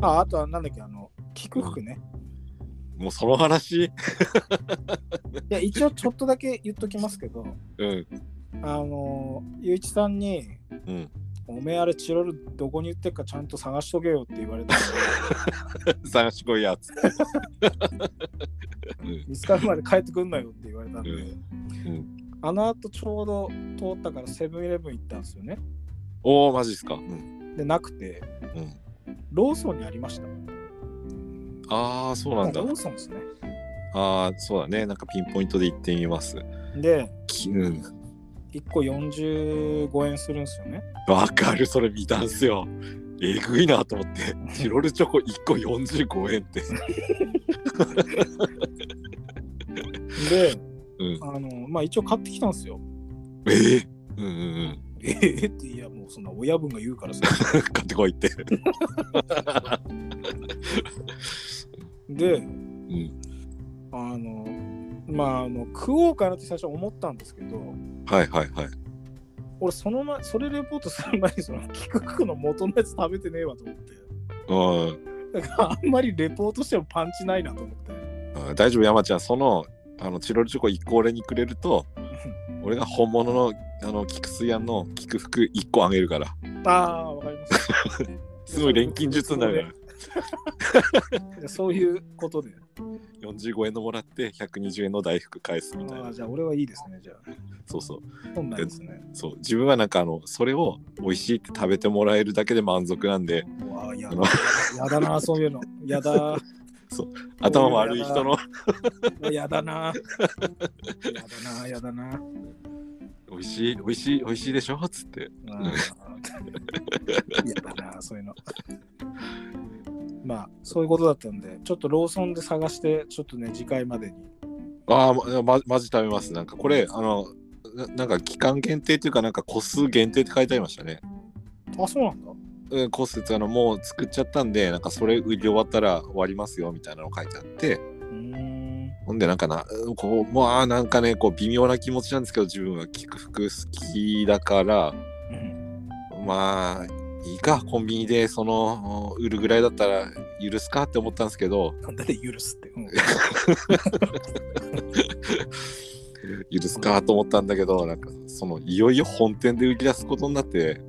あ、あとはなんだっけ、あの、キク服ね。もうその話いや、一応ちょっとだけ言っときますけど、 うん。あの、ゆういちさんに、うん。おめえあれチロルどこに売ってっかちゃんと探しとけよって言われ たんで、探しこいやつって。うん見つかるまで帰ってくんなよって言われたんで、うんうんあの後ちょうど通ったからセブンイレブン行ったんですよね。おお、マジっすか。うん。で、なくて、うん、ローソンにありました。ああ、そうなんだロ。ーソンですね。ああ、そうだね。なんかピンポイントで行ってみます。で、きうん。 1個45円するんですよね。わかる、それ見たんす よ。えぐいなと思って。チロルチョコ1個45円って。で、うん。あの、まあ一応買ってきたんですよ。えー、うんうんええって、いやもうそんな親分が言うからさ。うん。買ってこい って。で、うん。あの、まああの食おうかなって最初思ったんですけど、はいはいはい。俺その前、それレポートする前にその菊クの元のやつ食べてねえわと思って。うんだからあんまりレポートしてもパンチないなと思って。あー。大丈夫、山ちゃん。その、あの、チロルチョコ1個俺にくれると、俺が本物の、あの、菊水屋の菊服1個あげるから。ああ、わかります。 すごい錬金術になるから。でそういうことで。 45円のもらって120円の大福返すみたいあなあ、。じゃあ俺はいいですね。じゃあ、そうそう。本来ですね。そう。自分はなんかあの、それを美味しいって食べてもらえるだけで満足なんで、うわあ、やだあの。やだな、そういうの。やだ。頭悪い人のやだな。 やだな、やだな。美味しい美味しい美味しいでしょっつってあーやだな、そういうの。まあ、そういうことだったんで、ちょっとローソンで探して、ちょっとね、次回までに。ああままマジ食べますなんかこれあのななんか期間限定というかなんか個数限定って書いてありましたねあ、そうなんだ。うん個数ってあのもう作っちゃったんでなんかそれ売り終わったら終わりますよみたいなの書いてあってうーん。ほんでなんかなうんこうまあなんかねこう微妙な気持ちなんですけど自分は菊服好きだからうんまあいいかコンビニでその売るぐらいだったら許すかって思ったんですけどなんだで許すって。うん許すかと思ったんだけどなんかそのいよいよ本店で売り出すことになって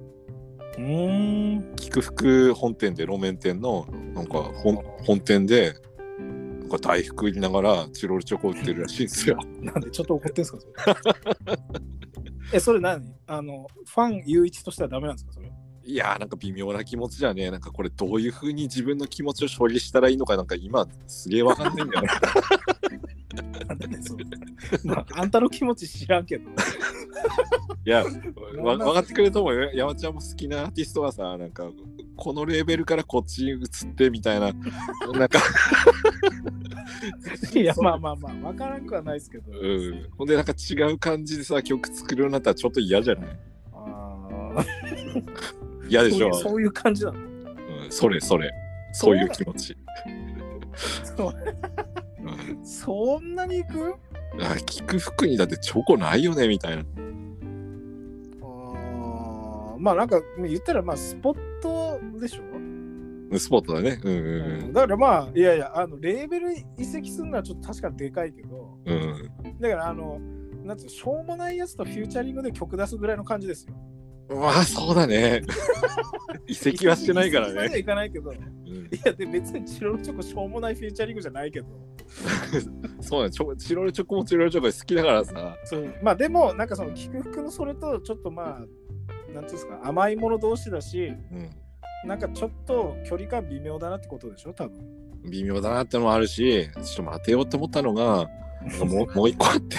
うーん。菊福本店で路面店のなんか本本店でなんか大福売りながらチロルチョコ売ってるらしいんですよ。 なんでちょっと怒ってんすかそれえ、それ何あの、ファン唯一としてはダメなんですかそれ。いやーなんか微妙な気持ちだねなんかこれどういう風に自分の気持ちを処理したらいいのかなんか今すげえわかんないんだよね。なんでそれ。まあ、あんたの気持ち知らんけ ど。いやわ分かってくれると思うよ。山ちゃんも好きなアーティストがさなんかこのレーベルからこっちに移ってみ たいななんかいや、まあまあまあ、わからんくはないですけど。うん、ほんでなんか違う感じでさ曲作るようになったらちょっと嫌じゃないああ。嫌でしょそういうそういう感じなのうん、それそれそういう気持ち、そうん、そんなに行くあ菊服にだってチョコないよねみたいなあーまあなんか言ったらまあスポットでしょ、スポットだねうんだからまあいやいやあのレーベル移籍するのはちょっと確かでかいけどうんうん、うんだからあのなんつうのしょうもないやつとフューチャリングで曲出すぐらいの感じですよ。まあそう だね移籍はしてないか移ら籍まではね、いかないけど。いうん、やで別にチロルチョコしょうもないフューチャリングじゃないけど。そうだねチョチロルチョコもチロルチョコで好きだからさそうまあでもなんかその菊服のそれとちょっとまあなんていうんですか甘いもの同士だしうんなんかちょっと距離感微妙だなってことでしょ多分。微妙だなってのもあるしちょっと待てようって思ったのがなんかもうもう一個あって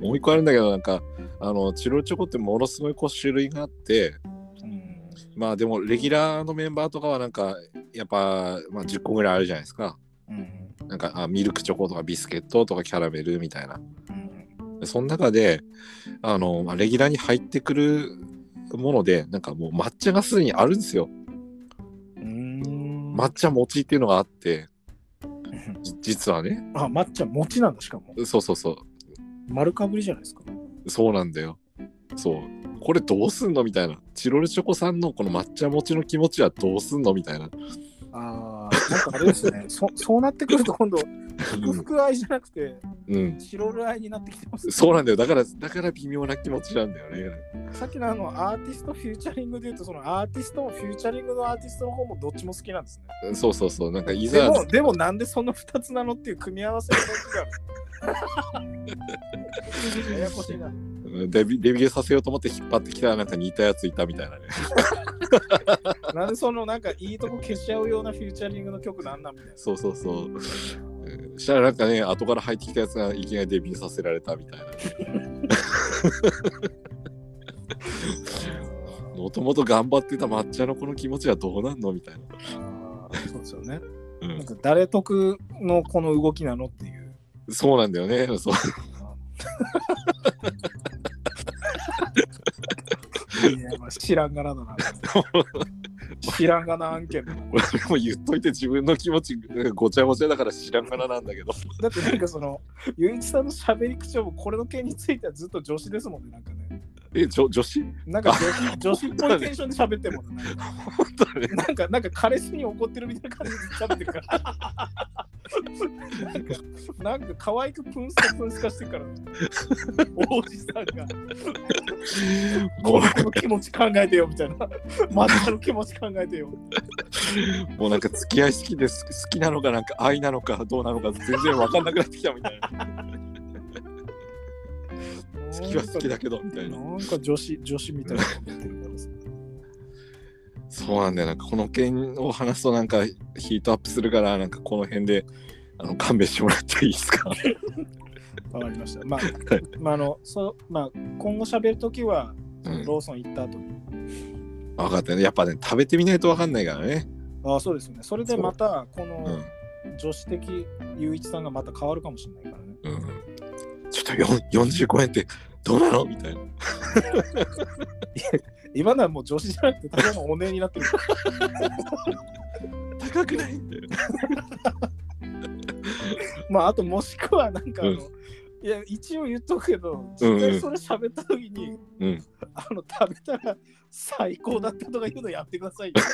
もう一個あるんだけどなんかあのチロルチョコってものすごいこう種類があってうんまあでもレギュラーのメンバーとかはなんかやっぱ、まあ、10個ぐらいあるじゃないですかうんなんかあミルクチョコとかビスケットとかキャラメルみたいなうんでその中であの、まあ、レギュラーに入ってくるものでなんかもう抹茶がすでにあるんですようーん抹茶餅っていうのがあってじ実はねあ、抹茶餅なんだ、しかも。そうそうそ丸かぶりじゃないですか。うそうなんだよそうこれどうすんのみたいな。チロルチョコさんのこの抹茶餅の気持ちはどうすんのみたいな。ああ、なんかあれです ね。そそうなってくると今度、福々愛じゃなくて、うん。チロル愛になってきてます、そうなんだよ。だから、だから微妙な気持ちなんだよね。さっきのあのアーティストフューチャリングで言うと、そのアーティストもフューチャリングのアーティストの方もどっちも好きなんですね。そうそうそう。なんかいでざ、も、でもなんでその2つなのっていう組み合わせの時 がある。ややこしいな。デビデビューさせようと思って引っ張ってきたらなんか似たやついたみたいなね。なんでそのなんかいいとこ消しちゃうようなフューチャリングの曲なんなんみたいな。そうそうそう。うんしたらなんかね、後から入ってきたやつがいきなりデビューさせられたみたいな。もともと頑張ってた抹茶のこの気持ちはどうなんのみたいな。そうですよね。うなんん、か誰得のこの動きなのっていう。そうなんだよね。そういやまあ知らんがなだな。知らんがな案件 だな。俺も言っといて自分の気持ちごちゃごちゃだから知らんからなんだけど。 だってなんかその、ゆういちさんの喋り口調もこれの件についてはずっと女子ですもんね、なんかね。え、女女子なんか女子女子っぽいテンションで喋ってるもんね。なんか本当 ね。なん か、なんか彼氏に怒ってるみたいな感じで喋ってるから。なんか、 なんか可愛くプンスカプンスカして るから、ね。おじさんが、もこの気持ち考えてよみたい な。またの気持ち考えてよ。うもうなんか付き合い好きです好きなのかなんか愛なのかどうなのか全然わかんなくなってきたみたいな。好きは好きだけどみたいな。なんか女子、女子みたいなこと言ってるからさ。 そうなんだよなんかこの件を話すとなんかヒートアップするからなんかこの辺であの勘弁してもらっていいです かわかりました。まあ、まあ、あの、そう、まあ、今後喋るときは、うんローソン行った後に。分かったねやっぱね食べてみないと分かんないからねああ、そうですよね。それでまた、こうのん、女子的雄一さんがまた変わるかもしれないからね。うん、ちょっとよ45円ってどうなのみたいな今ならもう女子じゃなくて、ただのお姉になってる。高くないんだよまあ、あと、もしくは、なんかあの、うんいや、一応言っとくけど、うん実際それ喋ったときに、うんあの、食べたら最高だったとかいうのやってくださいよ。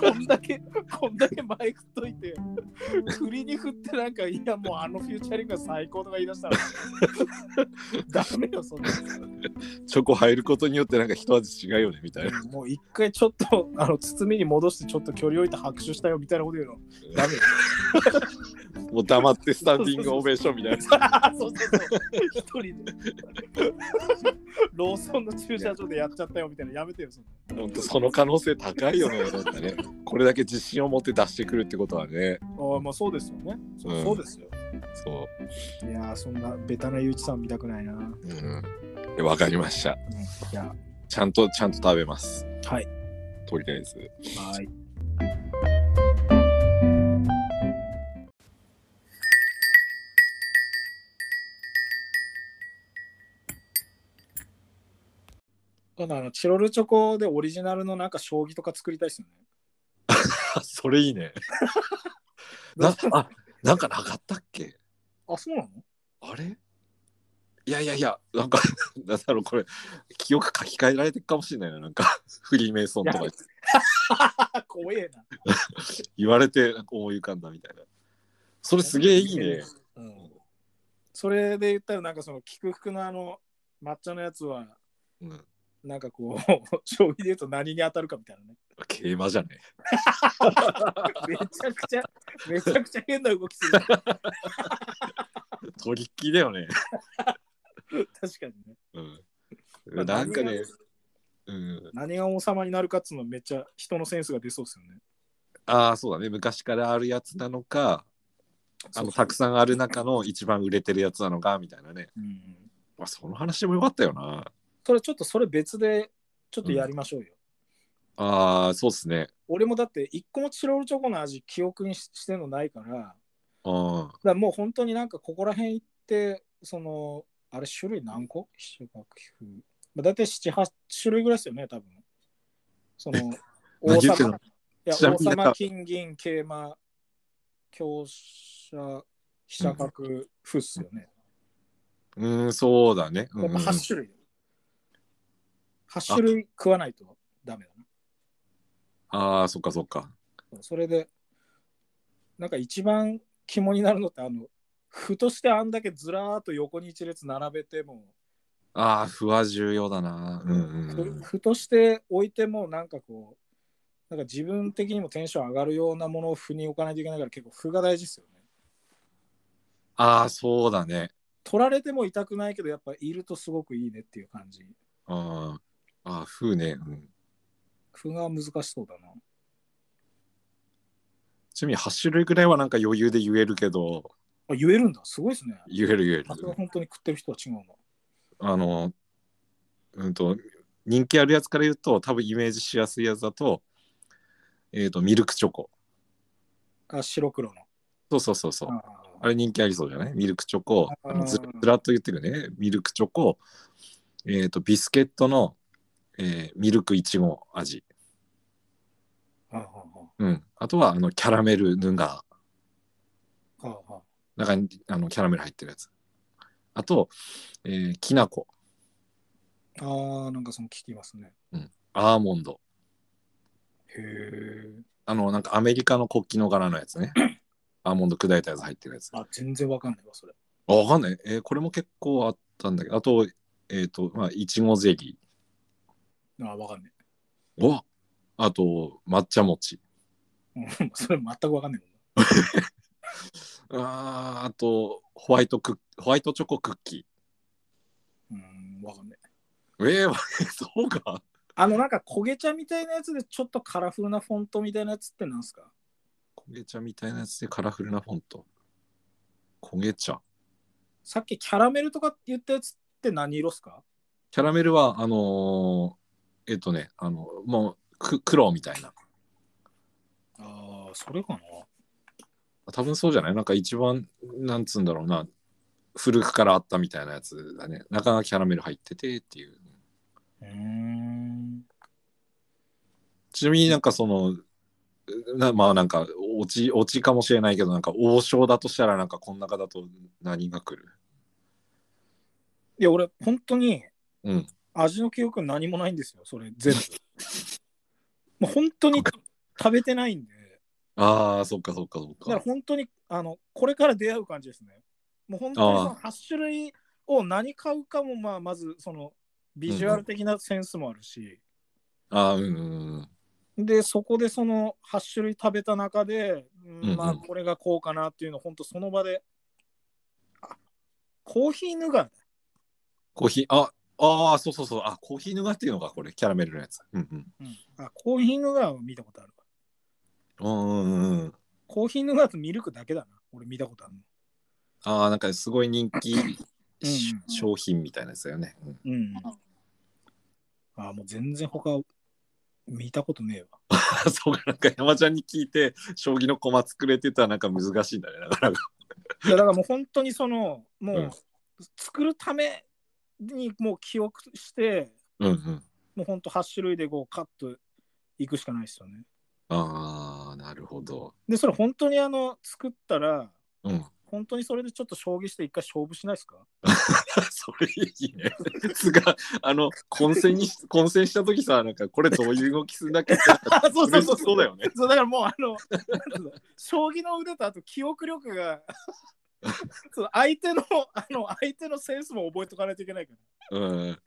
こんだけ、こんだけ前振っといて、振りに振ってなんか、いや、もうあのフューチャリングが最高とか言い出したら、 ダメよ、そんな。チョコ入ることによってなんか一味違うよねみたいなもう一回ちょっと、あの、包みに戻して、ちょっと距離置いて拍手したよみたいなこと言うの。ダメよ。 もう黙ってスタンディングオベーションみたいなそうそうそう。一人で。ローソンの駐車場でやっちゃったよみたいな、やめてよ、そんな本当その可能性高いよねなんかねこれだけ自信を持って出してくるってことはねああ、まあそうですよね。そう,、うんそうですよ。そ、いやー、そんなベタなゆういちさん見たくないな。うん、いううん、え分かりましたや、ちゃんとちゃんと食べますはい。とりあえずはい。ただあのチロルチョコでオリジナルのなんか将棋とか作りたいですよね。 あそれいいね なあなんかなかったっけあ、そうなの あれいやいやいやなんか なんだろうこれ記憶書き換えられてるかもしれないななんか フリーメイソンとかいや怖えな。言われてなんか思い浮かんだみたいなそれすげえいいね。うん。それで言ったらなんかその菊服のあの抹茶のやつはうんなんかこう 将棋で言うと何に当たるかみたいなね。競馬じゃね めちゃくちゃめちゃくちゃ変な動きする。確トリッキーだよね、かにね。うまあん、なんか何ねが、うん、何が王様になるかっつうのはめっちゃ人のセンスが出そうですよね。ああそうだね昔からあるやつなのかあのそうたくさんある中の一番売れてるやつなのかみたいなね、うん、まあ、その話もよかったよなそれちょっとそれ別でちょっとやりましょうよ。ああ、そうっすね。俺もだって一個もチロルチョコの味記憶にししてんのないから、だかうん。らもう本当になんかここら辺行って、その、あれ種類何個飛車角風。まあ、大体7、8種類ぐらいですよね、多分。その、王何言ってん様の、いやちなみ王になんか様、金銀、桂馬、強者、飛車角、風っすよね。うーん、そうだね。うんまあ、8種類。 8種類食わないとダメだああ、そっかそっか。な。それで、なんか一番肝になるのって、あの、ふとしてあんだけずらーっと横に一列並べても、ああ、ふは重要だな。うんうんうんふ。ふとして置いてもなんかこうなんか自分的にもテンション上がるようなものをふに置かないといけないから結構ふが大事ですよねああ、そうだね。取られても痛くないけどやっぱいるとすごくいいねっていう感じああ、ああ、ふうね、うん。ふが難しそうだなちなみに8種類ぐらいはなんか余裕で言えるけど、あ言えるんだすごいですね言える言えるさ。すが本当に食ってる人は違うんだあの、うんと、人気あるやつから言うと、多分イメージしやすいやつだと、えっ、と、ミルクチョコ。あ白黒のそうそうそうそう。ああれ人気ありそうじゃないミルクチョコ。あーあのずらずらっと言ってるね。ミルクチョコ、えっ、と、ビスケットの、えーミルクいちご味。あああうん。あとは、あの、キャラメルヌガー。あああ中に、あの、キャラメル入ってるやつ。あと、えーきな粉、ああなんかその聞きますねアーモンド。へえあの、なんかアメリカの国旗の柄のやつね。アーモンド砕いたやつ入ってるやつ。あ全然わかんないわそれあわかんない。えーこれも結構あったんだけど、あと、えっ、と、まあ、いちごゼリああわかんない ー。おあと、抹茶餅。うんそれ全くわかんないもんなあーあと、ホワイトクッホワイトチョコクッキうんわかんないー。えー、 そうか。あのなんか焦げ茶みたいなやつでちょっとカラフルなフォントみたいなやつってなんすか焦げ茶みたいなやつでカラフルなフォント。焦げ茶。さっきキャラメルとかって言ったやつって何色っすかキャラメルは、あのーえっ、とね、あの、もう、く黒みたいな。ああ、それかな。多分そうじゃないなんか一番、なんつうんだろうな、古くからあったみたいなやつだね。中がキャラメル入っててっていう。うーん。ちなみになんかその、なまあなんか落ち、落ちかもしれないけど、なんか王将だとしたらなんかこん中だと何が来るいや、俺、本当にうん。味の記憶何もないんですよ、それ全部。 もう本当に食べてないんで、ああ、そっかそっかそっだからか。本当にあのこれから出会う感じですね。もう本当にその8種類を何買うかも、まあ、まずそのビジュアル的なセンスもあるし。ああ、うんうんうん。で、そこでその8種類食べた中で、うんうんうんまあ、これがこうかなっていうの、本当その場で。あコーヒーヌガーだ。コーヒー、ああー、そうそうそう。あ、コーヒーぬがっていうのか、これ、キャラメルのやつ。うんうん。あコーヒーヌガーは見たことあるわ。うんうんうん。コーヒーヌガーとミルクだけだな。俺見たことあるの。ああ、なんかすごい人気しうん商品みたいなやつだよね。うん うん。あもう全然他見たことねえわ。あそうか、なんか山ちゃんに聞いて、将棋の駒作れてたらなんか難しいんだね。だかいら、やだからもう本当にその、もうんう作るためにもう記憶して、うんうん。もう本当8種類でこうカットいくしかないですよね。ああ、なるほど。で、それ本当にあの、作ったら、うん。本当にそれでちょっと将棋して一回勝負しないですか それいいね。つが、あの、混戦に、混戦した時さ、なんか、これどういう動きするんだっけって、あ、そ嬉しそうだよね。そうだからもうあの、 将棋の腕とあと記憶力 が、そう相手の、あの、相手のセンスも覚えとかないといけないから。うん。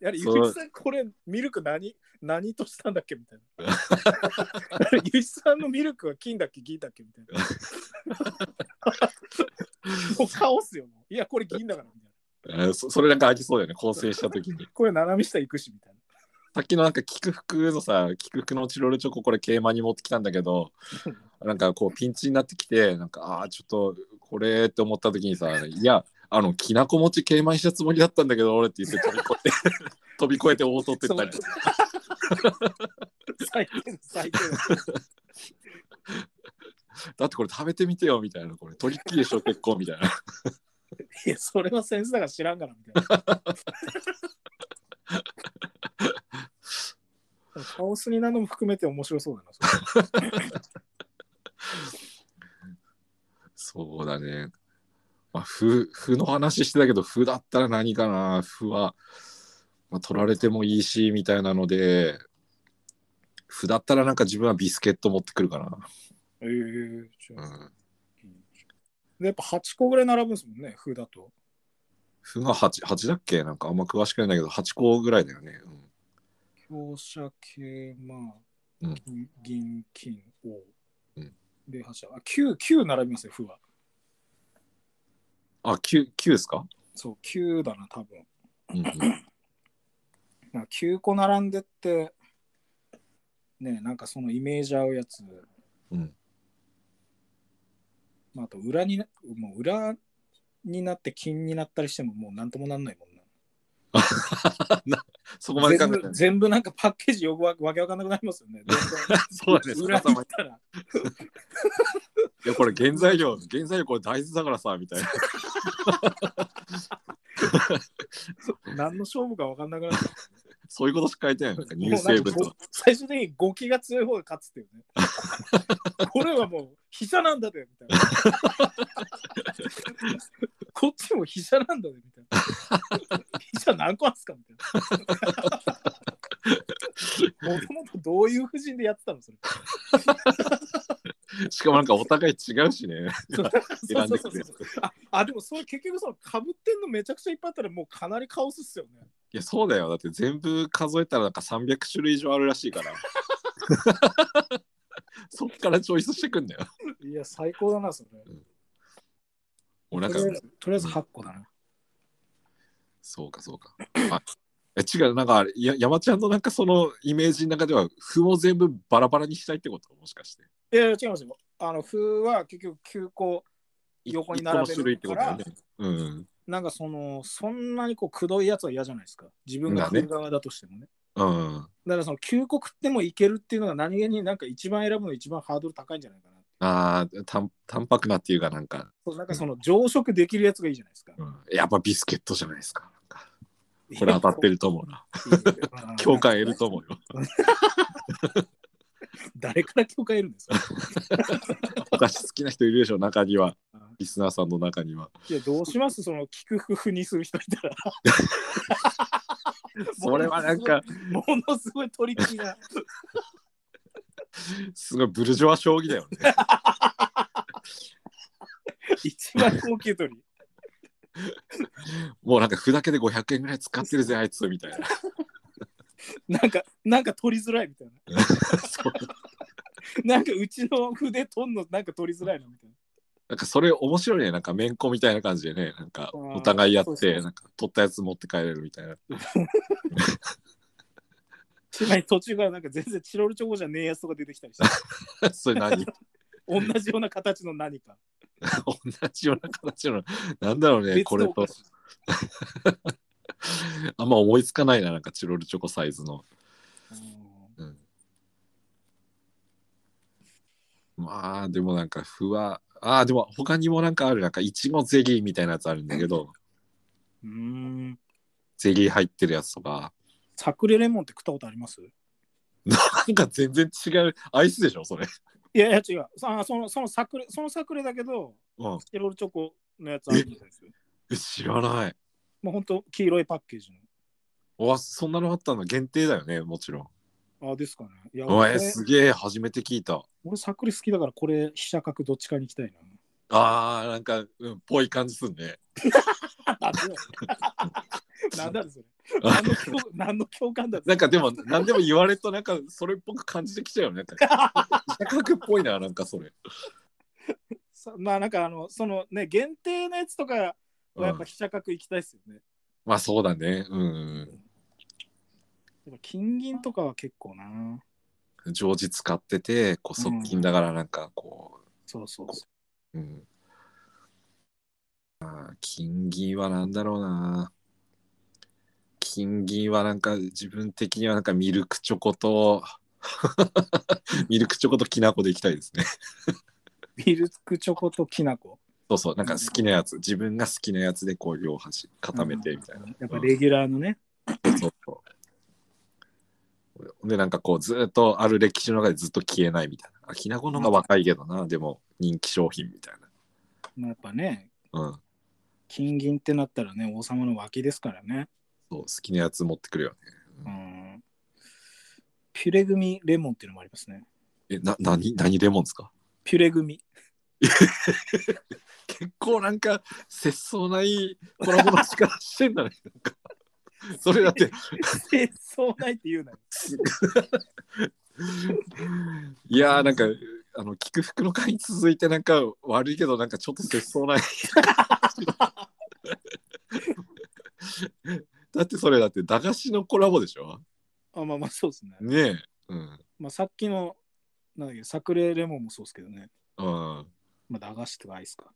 やはり、ゆそううじさん、これ、ミルク何、何としたんだっけみたいな。 あれゆうじさんのミルクは金だっけ銀だっけみたいな。 もうカオスよ。もういや、これ銀だから。みたいなえーそそれなんかありそうだよね、混戦した時に。これ、斜め下行くし、みたいな。さっきのなんか、菊服のさ、菊服のチロルチョコ、これ、桂馬に持ってきたんだけど、なんかこう、ピンチになってきて、なんか、ああー、ちょっと、これって思った時にさ、いや、あの、きなこ餅桂馬にしたつもりだったんだけど、俺って言って飛び越えて、飛び越えて大取ってったり。 最低です最低ですだってこれ食べてみてよ、みたいな。これ、トリッキーでしょ、結構、みたいな。いや、それはセンスだから知らんからみたい な。カオスになるのも含めて面白そうだな。それそうだね。まあ、ふ、ふの話してたけど、ふだったら何かなふは、まあ、取られてもいいしみたいなので歩だったらなんか自分はビスケット持ってくるかえー、じゃな、あうん、でやっぱ8個ぐらい並ぶんですもんね、風だと。歩が 8, 8だっけなんかあんま詳しくないんだけど8個ぐらいだよね、うん強者系、まあ、うん銀銀、金、王。うんで、8あ、9、9並びますよ、風は。あ九 9, 9ですか、そう、9だな、多分。うんうん、なんか9個並んでって、ね、なんかそのイメージ合うやつ、うんまあ、あと裏にな、もう裏になって金になったりしてももうなんともなんないもんな。そこまで考全えた部ら全部なんかパッケージよくわわけわかんなくなりますよ ね。そうだね裏逆さに行まったら。いやこれ原材料原材料これ大豆だからさみたいな 何の勝負か分かんなくなる。そういうことしか書いてないのなんかも乳うな成んか 分とご最終的に語気が強い方が勝つっていう ね。これはもう、飛車なんだで、みたいな。こっちも飛車なんだで、みたいな。飛車何個あっすかみたいな。もともとどういう布陣でやってたのそれ。しかもなんかお互い違うしねそ選うんそうでそうそくるやつうああ、でもそれ結局そのかぶってんのめちゃくちゃいっぱいあったらもうかなりカオスっすよね。いやそうだよだって全部数えたらなんか300種類以上あるらしいから そっからチョイスしてくんだよいや、最高だな、それ。もうなんかとりあえずとりあえず8個だな。そうかそうかあえ違うなんかあれや山ちゃんのなんかそのイメージの中では歩を全部バラバラにしたいってこともしかしていやいや、違いますよ。あの、歩は結局9個、横に並べる一個の種類ってことだよねうんなんかその、そんなにこう、くどいやつは嫌じゃないですか。自分がまあね食う側だとしてもね。うんだからその9個食ってもいけるっていうのが何気になんか一番選ぶの一番ハードル高いんじゃないかな。あーたん淡白なっていうかなんか、そうなんかその増殖できるやつがいいじゃないですか。うんやっぱビスケットじゃないですかなんか これ当たってると思うなうん共感得ると思うよ誰から共感得るんですか私好きな人いるでしょ中にはうんリスナーさんの中にはいや、どうしますその、聞くふにする人いたら。 それはなんかものすごいトリッキーな。すごいブルジョワ将棋 だよね一番高級取り。もうなんか歩だけで500円ぐらい使ってるぜあいつみたいななんか、なんか取りづらいみたいな。 そうなんかうちの筆取んのなんか取りづらいなみたいな。なんかそれ面白いねなんかめんこみたいな感じでねなんかうんお互いやそうっそうそてうなんか取ったやつ持って帰れるみたいな つまり途中からなんか全然チロルチョコじゃねえやつとか出てきたりして、それ何同じような形の何 か。同じような形のなんだろうね別これのおと菓子あんま思いつかないななんかチロルチョコサイズのうんまあでもなんか不はああでも他にもなんかあるなんかいちごゼリーみたいなやつあるんだ けどうん。うーんゼリー入ってるやつとかサクレレモンって食ったことありますなんか全然違うアイスでしょそれ、いやいや違う。さあそのそのサクレそのサクレだけど、うん、チロルチョコのやつあるんですよ。え知らないもうほんと黄色いパッケージおそんなのあったの限定だよねもちろんの。あ、ですかね。いや、お俺え、すげえ初めて聞いた俺サクレ好きだからこれ、飛車角どっちかに行きたいな。あーなんかうんぽい感じすんね なんだろうそれ。何の 共何の共感だなんか でも何でも言われるとなんかそれっぽく感じてきちゃうよねなんか 自覚っぽいななんかそれ、そまあなんかあのそのね限定のやつとかはうんやっぱ飛車角行きたいですよね。まあそうだねうんやっぱ金銀とかは結構な。常時使っててこううん側近だからなんかこ、そうそうそううんあー金銀はなんだろうな金銀はなんか自分的にはなんかミルクチョコと ミルクチョコときな粉でいきたいですねう。ミルクチョコときなこ。そうそうなんか好きなやつ自分が好きなやつでこう両端固めてみたいな、やっぱレギュラーのね。うんそうそうでなんかこうずっとある歴史の中でずっと消えないみたいなあきな粉の方が若いけどなでも人気商品みたいまあやっぱねなうん金銀ってなったらね王様の脇ですからね。そう好きなやつ持ってくるよね。うん。ピュレ組レモンっていうのもありますね。え、な、なに、何レモンですかピュレ組。結構なんか、節操ないコラボの仕方してんだね。なんかそれだって、 え、そうないって言うなよ。いやーなんか、あの、菊服の会に続いてなんか悪いけど、なんかちょっと節操ない。だってそれだって駄菓子のコラボでしょあ、まあまあ、そうですね。ねえ。うん。まあ、さっきの、なんだっけ、サクレレモンもそうですけどね。うん。まあ、駄菓子とかアイスか。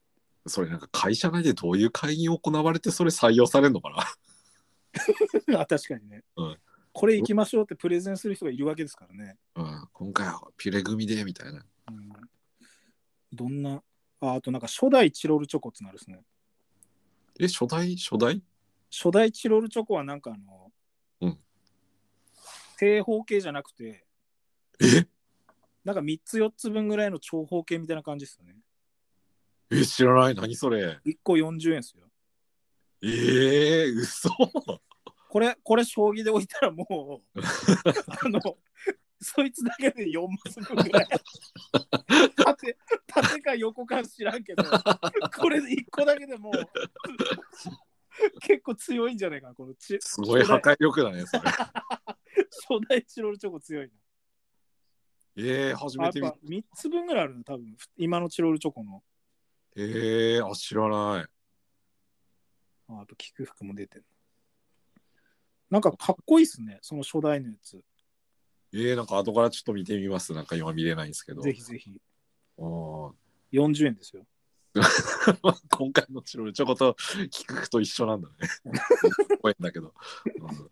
それなんか会社内でどういう会議行われてそれ採用されるのかなあ、確かにね。うんこれ行きましょうってプレゼンする人がいるわけですからね。うん、今回はピュレ組でみたいな。うん、どんな、あ、あとなんか初代チロルチョコってなるですね。え、初代初代初代チロルチョコはなんかあの、うん正方形じゃなくて、えなんか3つ4つ分ぐらいの長方形みたいな感じですよね。え、知らない。何それ1個40円ですよ。ええー、嘘これ、これ、将棋で置いたらもう、あの、そいつだけで4マス分ぐらい。縦、縦か横か知らんけど、これ1個だけでもう、結構強いんじゃないかな、このちすごい破壊力だね、 それ。初代チロルチョコ強いええー、初な。やめって見ぱ3つ分ぐらいあるの、多分今のチロルチョコの。ええー、あ、知らない。ああと、菊服も出てる。なんかかっこいいっすね、その初代のやつ。ええー、なんか後からちょっと見てみます。なんか今見れないんですけど。ぜひぜひ。あー 40円ですよ。今回のチロルチョコと菊くと一緒なんだね。怖いんだけど。うん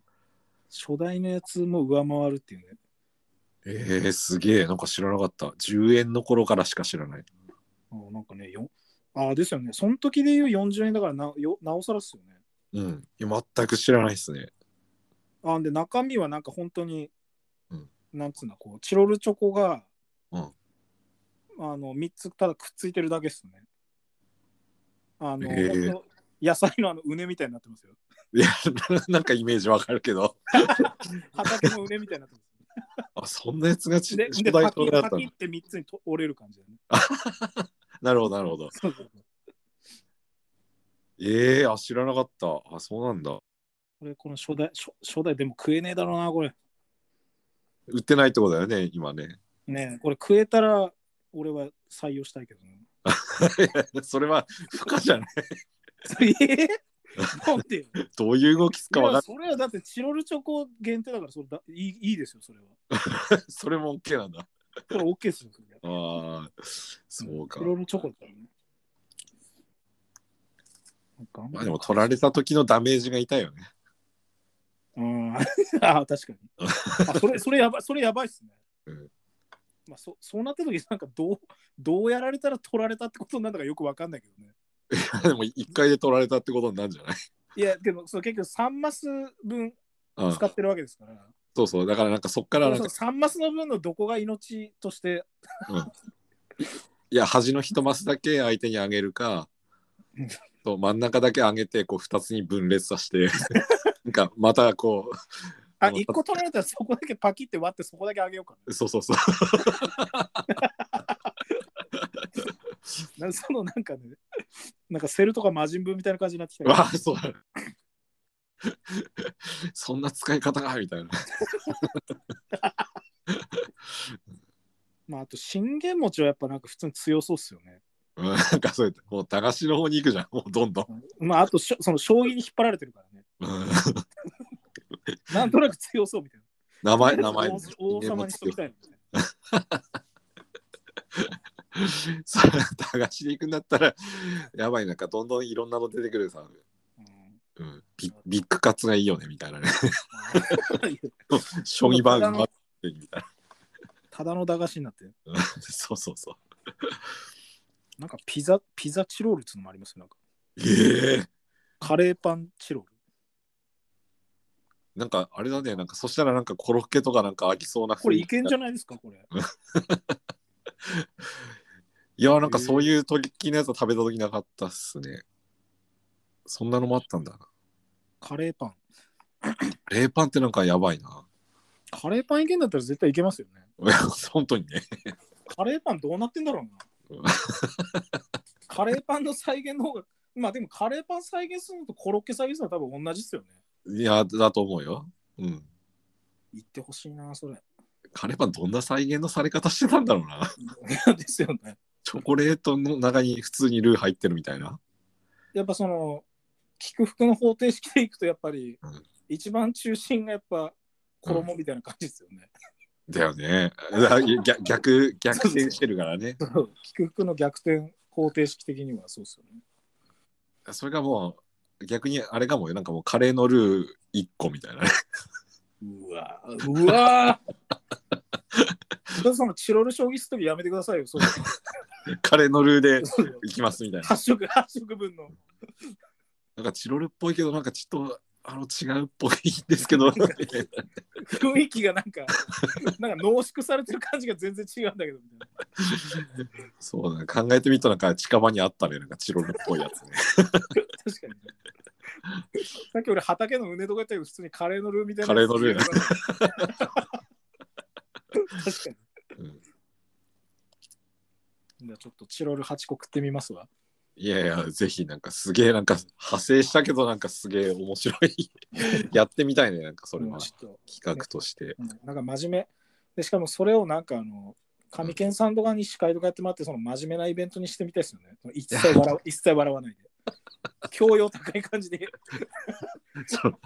初代のやつも上回るっていうね。ええー、すげえ。なんか知らなかった。10円の頃からしか知らない。あなんかね、よあですよね。その時で言う40円だからなよなおさらっすよね。うん。いや全く知らないですね。あで、中身はなんか本当に、うんなんつうんだ、こう、チロルチョコが、うんあの3つただくっついてるだけっすね。あの、へえほんと野菜のあの畝みたいになってますよ。いや、 なんかイメージわかるけど。畑の畝みたいになってますよ。あ、そんなやつがちで、初で代パとキだっパたキのって3つにと折れる感じだよね。なるほど、なるほど。そうそうそうええー、あ、知らなかった。あ、そうなんだ。これ、この初代、初初代でも食えねえだろうな、これ。売ってないってことだよね、今ね。ねえこれ食えたら、俺は採用したいけどね。それは不可じゃない。 えなんでよどういう動きすかわかんそれはだってチロルチョコ限定だからそれだいいいいですよ、それは。ない。 それも OK なんだ。それ OK ですよ。それはああ、そうかチ。ロルチョコだからね。頑まあでも取られた時のダメージが痛いよね。 うん。あ あ、確かに。あ それ、それやばい、それやばいっすね。うんまあ、そそうなった時なんかどう、どうやられたら取られたってことになるのかよくわかんないけどね。でも一回で取られたってことになるんじゃないいや、でも、そう結局3マス分うん、使ってるわけですから。そうそう。だからなんかそっからなんそかう、3マスの分のどこが命として、いや、端の一マスだけ相手にあげるかうん、そう真ん中だけ上げて、こう二つに分裂させ て、なんかまたこあ、もう1個取られたらそこだけパキって割ってそこだけあげようかな。 う、そうそうそう。なんかそのなんかね、なんかセルとか魔人ブーみたいな感じになってきたけどわあ、そう。そんな使い方がみたいな。まあ、あと信玄餅はやっぱなんか普通に強そうっすよね。うんなんかそうやって、もう駄菓子の方に行くじゃん、もうどんどん。まあ、あとしょその将棋に引っ張られてるからね。うんなんとなく強そうみたい名前、な。名前。王王様にしときたいみたいさ駄菓子に行くんだったら、 やばい、なんかどんどんいろんなの出てくるさ、な。うんうん、ビビッグカツがいいよね、みたいなね。 あー将棋盤埋まってるみたいただの駄菓子になってる。な。 そうそうそう。なんかピザ、ピザチロールっつうのもありますよ。なんかええカレーパンチロール。なんかあれだね、なんかそしたらなんかコロッケとかなんか飽きそうな雰囲気これいけんじゃないですか、これ。いや、なんかそういうトリッキーなやつは食べた時なかったっすね。そんなのもあったんだな。カレーパン。冷パンってなんかやばいな。 カレーパンいけんだったら絶対いけますよね。いや本当にね。カレーパンどうなってんだろううんな。カレーパンの再現の方が、まあでもカレーパン再現するのとコロッケ再現するのは多分同じですよね。いや、だと思うよ。うん。言ってほしいな、それ。 カレーパンどんな再現のされ方してたんだろうな。ですよね。チョコレートの中に普通にルー入ってるみたいな。やっぱその、起伏の方程式でいくと、やっぱり、うん一番中心がやっぱ衣みたいな感じですよね。 だよね。だ逆逆逆転してるからね。起伏の逆転方程式的にはそうですよね。それがもう逆にあれかもよ。なんかもうカレーのルー1個みたいなね。 うわうわー ちょっとそのチロル将棋するときやめてくださいよ。そうですカレーのルーでそうよいきますみたいな。 8色、8色分の。なんかチロルっぽいけど、なんかちょっとあの違うっぽいんですけど。雰囲気がなんか、なんか濃縮されてる感じが全然違うんだけど、みたいな。そうだね。考えてみたらなんか近場にあったね。なんかチロルっぽいやつね。確かにね。さっき俺、畑のうねとか言ったけど、普通にカレーのルーみたいな。カレーのルー確かに。じゃあちょっとチロル8個食ってみますわ。いやいや、ぜひなんかすげえなんか派生したけどなんかすげえ面白い。やってみたいね。なんかそれうんはちょっと企画として。うんなんか真面目。で、しかもそれをなんかあの、上健さんとかに司会とかやってもらって、その真面目なイベントにしてみたいですよね。その一切笑わ一切笑わ ないで。教養高い感じで。その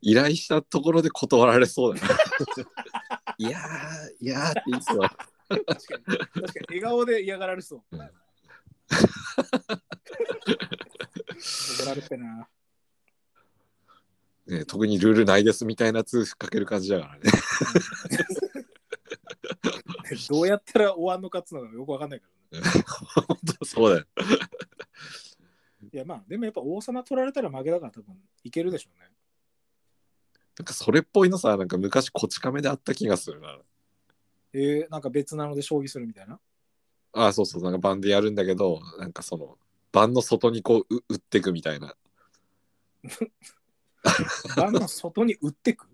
依頼したところで断られそうだな。 いやー、いやーっていいっすよ。確かに。確かに笑顔で嫌がられそう。うん怒られてな。ね、特にルールないですみたいなやつかける感じだからね。 どうやったら終わんのかっつうのがよくわかんないからね。本当そうだよ。いやまあでもやっぱ王様取られたら負けだから多分いけるでしょうね。なんかそれっぽいのさ、なんか昔こち亀であった気がするな。えー、なんか別なので将棋するみたいな。ああ、そうそう、なんか盤でやるんだけど、なんかその、盤の外にこうう打っていくみたいな。盤の外に打ってく。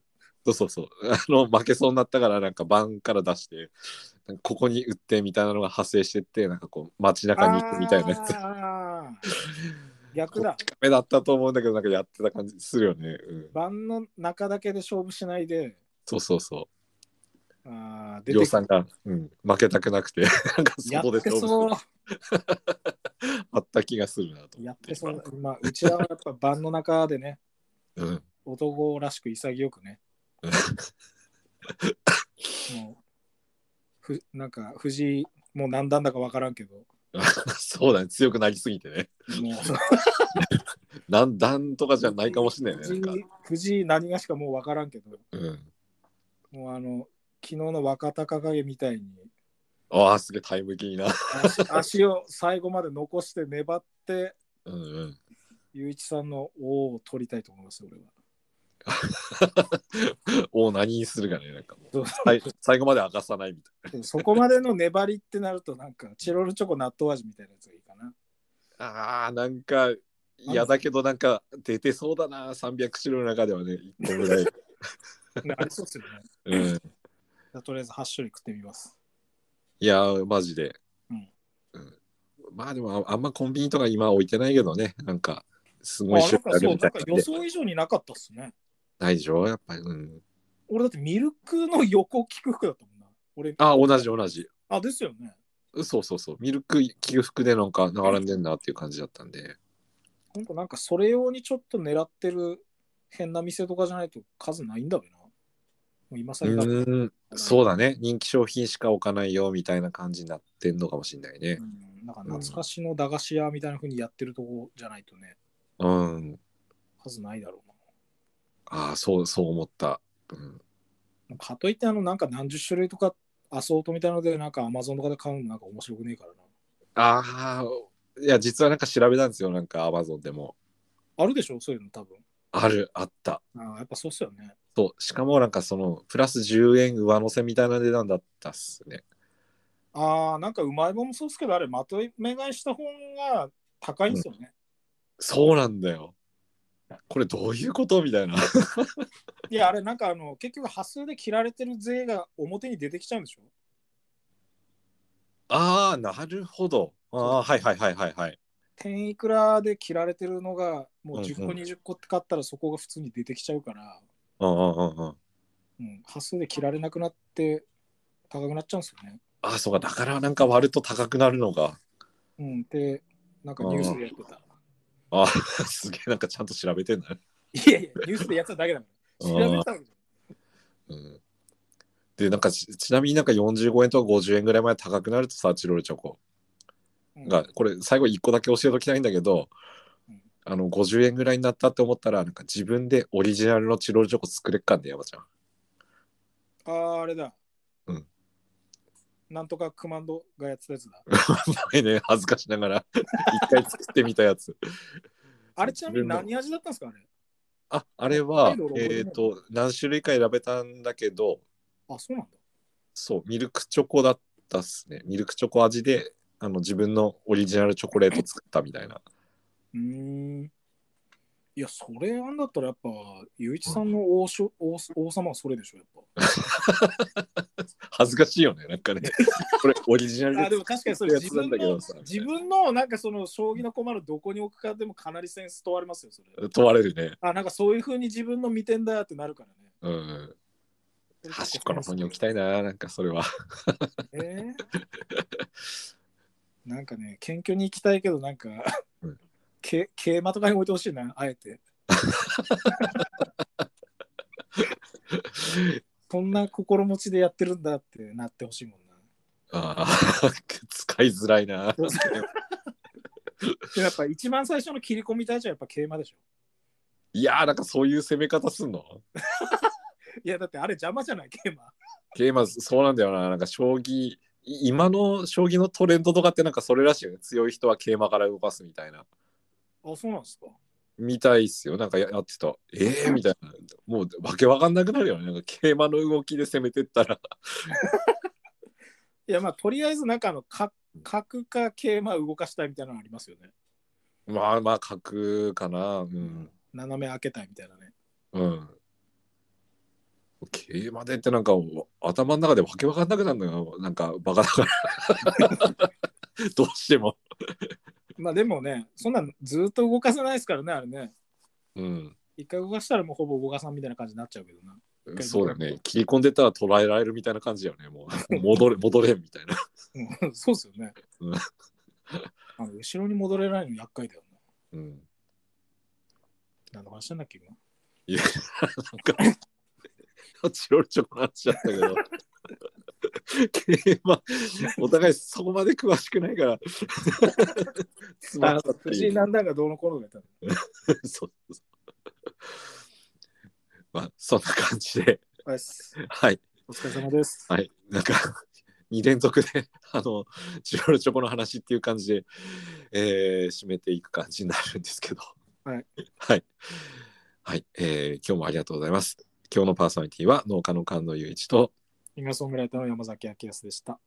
そうそうそう。あの、負けそうになったから、なんか盤から出して、なんかここに打ってみたいなのが派生してって、なんかこう街中に行くみたいなやつ。あー逆だ。目だったと思うんだけど、なんかやってた感じするよね。うん。盤の中だけで勝負しないで、そうそうそあーう。出量てく産が、うん、負けたくな くて、なんかやっ外でて勝負そう。あった気がするなと思やっって。てそう。まあうちはやっぱ盤の中でね、うん。 男らしく潔くねうん。もうふなんか藤井もう何段だか分からんけど、もそうだね、強くなりすぎてね。うなん段とかじゃないかもしれないね。なんか藤井藤井何がしかもう分からんけど、うん。もうあの、昨日の若隆景みたいにああ、すげえタイムキーな。足、 足を最後まで残して粘って、うんうん。雄一さんの王を取りたいと思います、俺は。を何にするかね、なんかもう。そうはい、最後まで明かさないみたいでもそこまでの粘りってなると、なんか、チロルチョコ納豆味みたいなやつがいいかな。な。ああ、なんか嫌だけど、なんか出てそうだな、300種類の中ではね、1個 ぐらい。ねありそうですよね。うん、じゃあとりあえず8種類食ってみます。いやー、マジで。うんうんまあでも、ああんまコンビニとか今置いてないけどね、なんか、すあごないん種類かあそるうみなんたいかな予んで。想以上になかったっすね。ないでしょ、やっぱり。うん、俺だってミルクの横聞く服だったもんな。俺、ああ、同じ同じ。あ、ですよね。そうそうそう、ミルク起伏でなんか並んでんなっていう感じだったんで、ほんとなんかそれ用にちょっと狙ってる変な店とかじゃないと数ないんだろうな。もう今う更だ、ーん、そうだね、人気商品しか置かないよみたいな感じになってんのかもしんないねう。んなんか懐かしの駄菓子屋みたいな風にやってるとこじゃないとね、うん、数ないだろうな。ああ、そうそう思った。うん、なんかかといってあのなんか何十種類とかアソートみたいなのでなんかアマゾンとかで買うのなんか面白くねえからな。ああ、いや、実はなんか調べたんですよ、なんか Amazon でも。あるでしょそういうの多分。ある、あった。あーやっぱそうっすよね。そう、しかもなんかその、プラス10円上乗せみたいな値段だったっすね。ああ、なんかうまいもんもそうっすけど、あれまとめ買いした本が高いんですよね。そうなんだよ。これどういうことみたいな。 いや、あれ、なんかあの、結局、端数で切られてる税が表に出てきちゃうんでしょああ、なるほど。ああー、はいはいはいはいはい。点いくらで切られてるのが、もううんうん10個、20個って買ったら、そこが普通に出てきちゃうから、うんうんうんうん。うん、端数で切られなくなって、高くなっちゃうんですよね。ああ、そうか。だからなんか割ると高くなるのが。うん、で、なんかニュースでやってた。ああ、 すげえなんかちゃんと調べてんだね。いやいや、ニュースでやってただけだから。調べてたわけじうんで、なんかちちなみになんか45円とか50円ぐらいまで高くなるとさ、チロルチョコゃん。が、これ最後1個だけ教えときたいんだけどうん、あの50円ぐらいになったって思ったら、なんか自分でオリジナルのチロルチョコ作れっかんで、山ちゃん。ああ、あれだ。うん。なんとかクマンドがやってたやつだ。前ね、恥ずかしながら 一回作ってみたやつ。あれちなみに何味だったんですかあれ。あ、あれは北海道の、思い出えっ、と、何種類か選べたんだけど、あ、そうなんだ。そう、ミルクチョコだったっすね。ミルクチョコ味で、あの自分のオリジナルチョコレート作ったみたいな。うーん。いや、それあんだったらやっぱ、ゆういちさんの王将王王様はそれでしょ、やっぱ。恥ずかしいよね、なん かね。これオリジナルあでも確かにそれやつなんだけどさ。自分のなんかその将棋の駒のどこに置くかでもかなりセンス問われますよ、それ。問われるね。あ、なんかそういうふうに自分の見てんだってなるからね。うん。端っこの方に置きたいな、なんかそれは。えーなんかね、謙虚に行きたいけど、なんかうん、け桂馬とかに置いてほしいな、あえて。 そんな心持ちでやってるんだってなってほしいもんな。ああ、 使いづらいな。でやっぱ一番最初の切り込み隊長はやっぱ桂馬でしょ。いやー、なんかそういう攻め方すんのいや、だってあれ邪魔じゃない、桂馬。ゲーマーそうなんだよな。なんか将棋、い今の将棋のトレンドとかってなんかそれらしいよね。強い人は桂馬から動かすみたいな。あ、そうなんですか。みたいっすよ。なんかややってた。えー、みたいな。もうわけわかんなくなるよね。なんか桂馬の動きで攻めてったら。 いや、まあ、とりあえずなんかあの、か角か桂馬動かしたいみたいなのありますよね。まあまあ角かな。うん。斜め開けたいみたいなね。うん。桂馬でってなんか頭の中でわけわかんなくなるのよ。なんかバカだから。どうしても。まあでもね、そんなんずっと動かせないですからね、あれね。うん。一回動かしたらもうほぼ動かさんみたいな感じになっちゃうけどな。そうだよね。切り込んでたら捉えられるみたいな感じよね。もう戻れ、戻れんみたいな。うん そうですよねうん。あの後ろに戻れないの厄介だよな。うん。何の話なんだっけ今いや、なんか、チロルチョコの話しちゃったけど。競馬、お互いそこまで詳しくないから。つまんなかった藤井なんだかどうのこうのがやったのそうそうそうまあ、そんな感じで、はいっすはい。お疲れ様です。はい、なんか 2連続で あのチロルチョコの話っていう感じで、えー締めていく感じになるんですけどはい はい、はいえー今日もありがとうございます今日のパーソナリティは農家の菅野雄一とシンガーソングライターの山崎明康でした。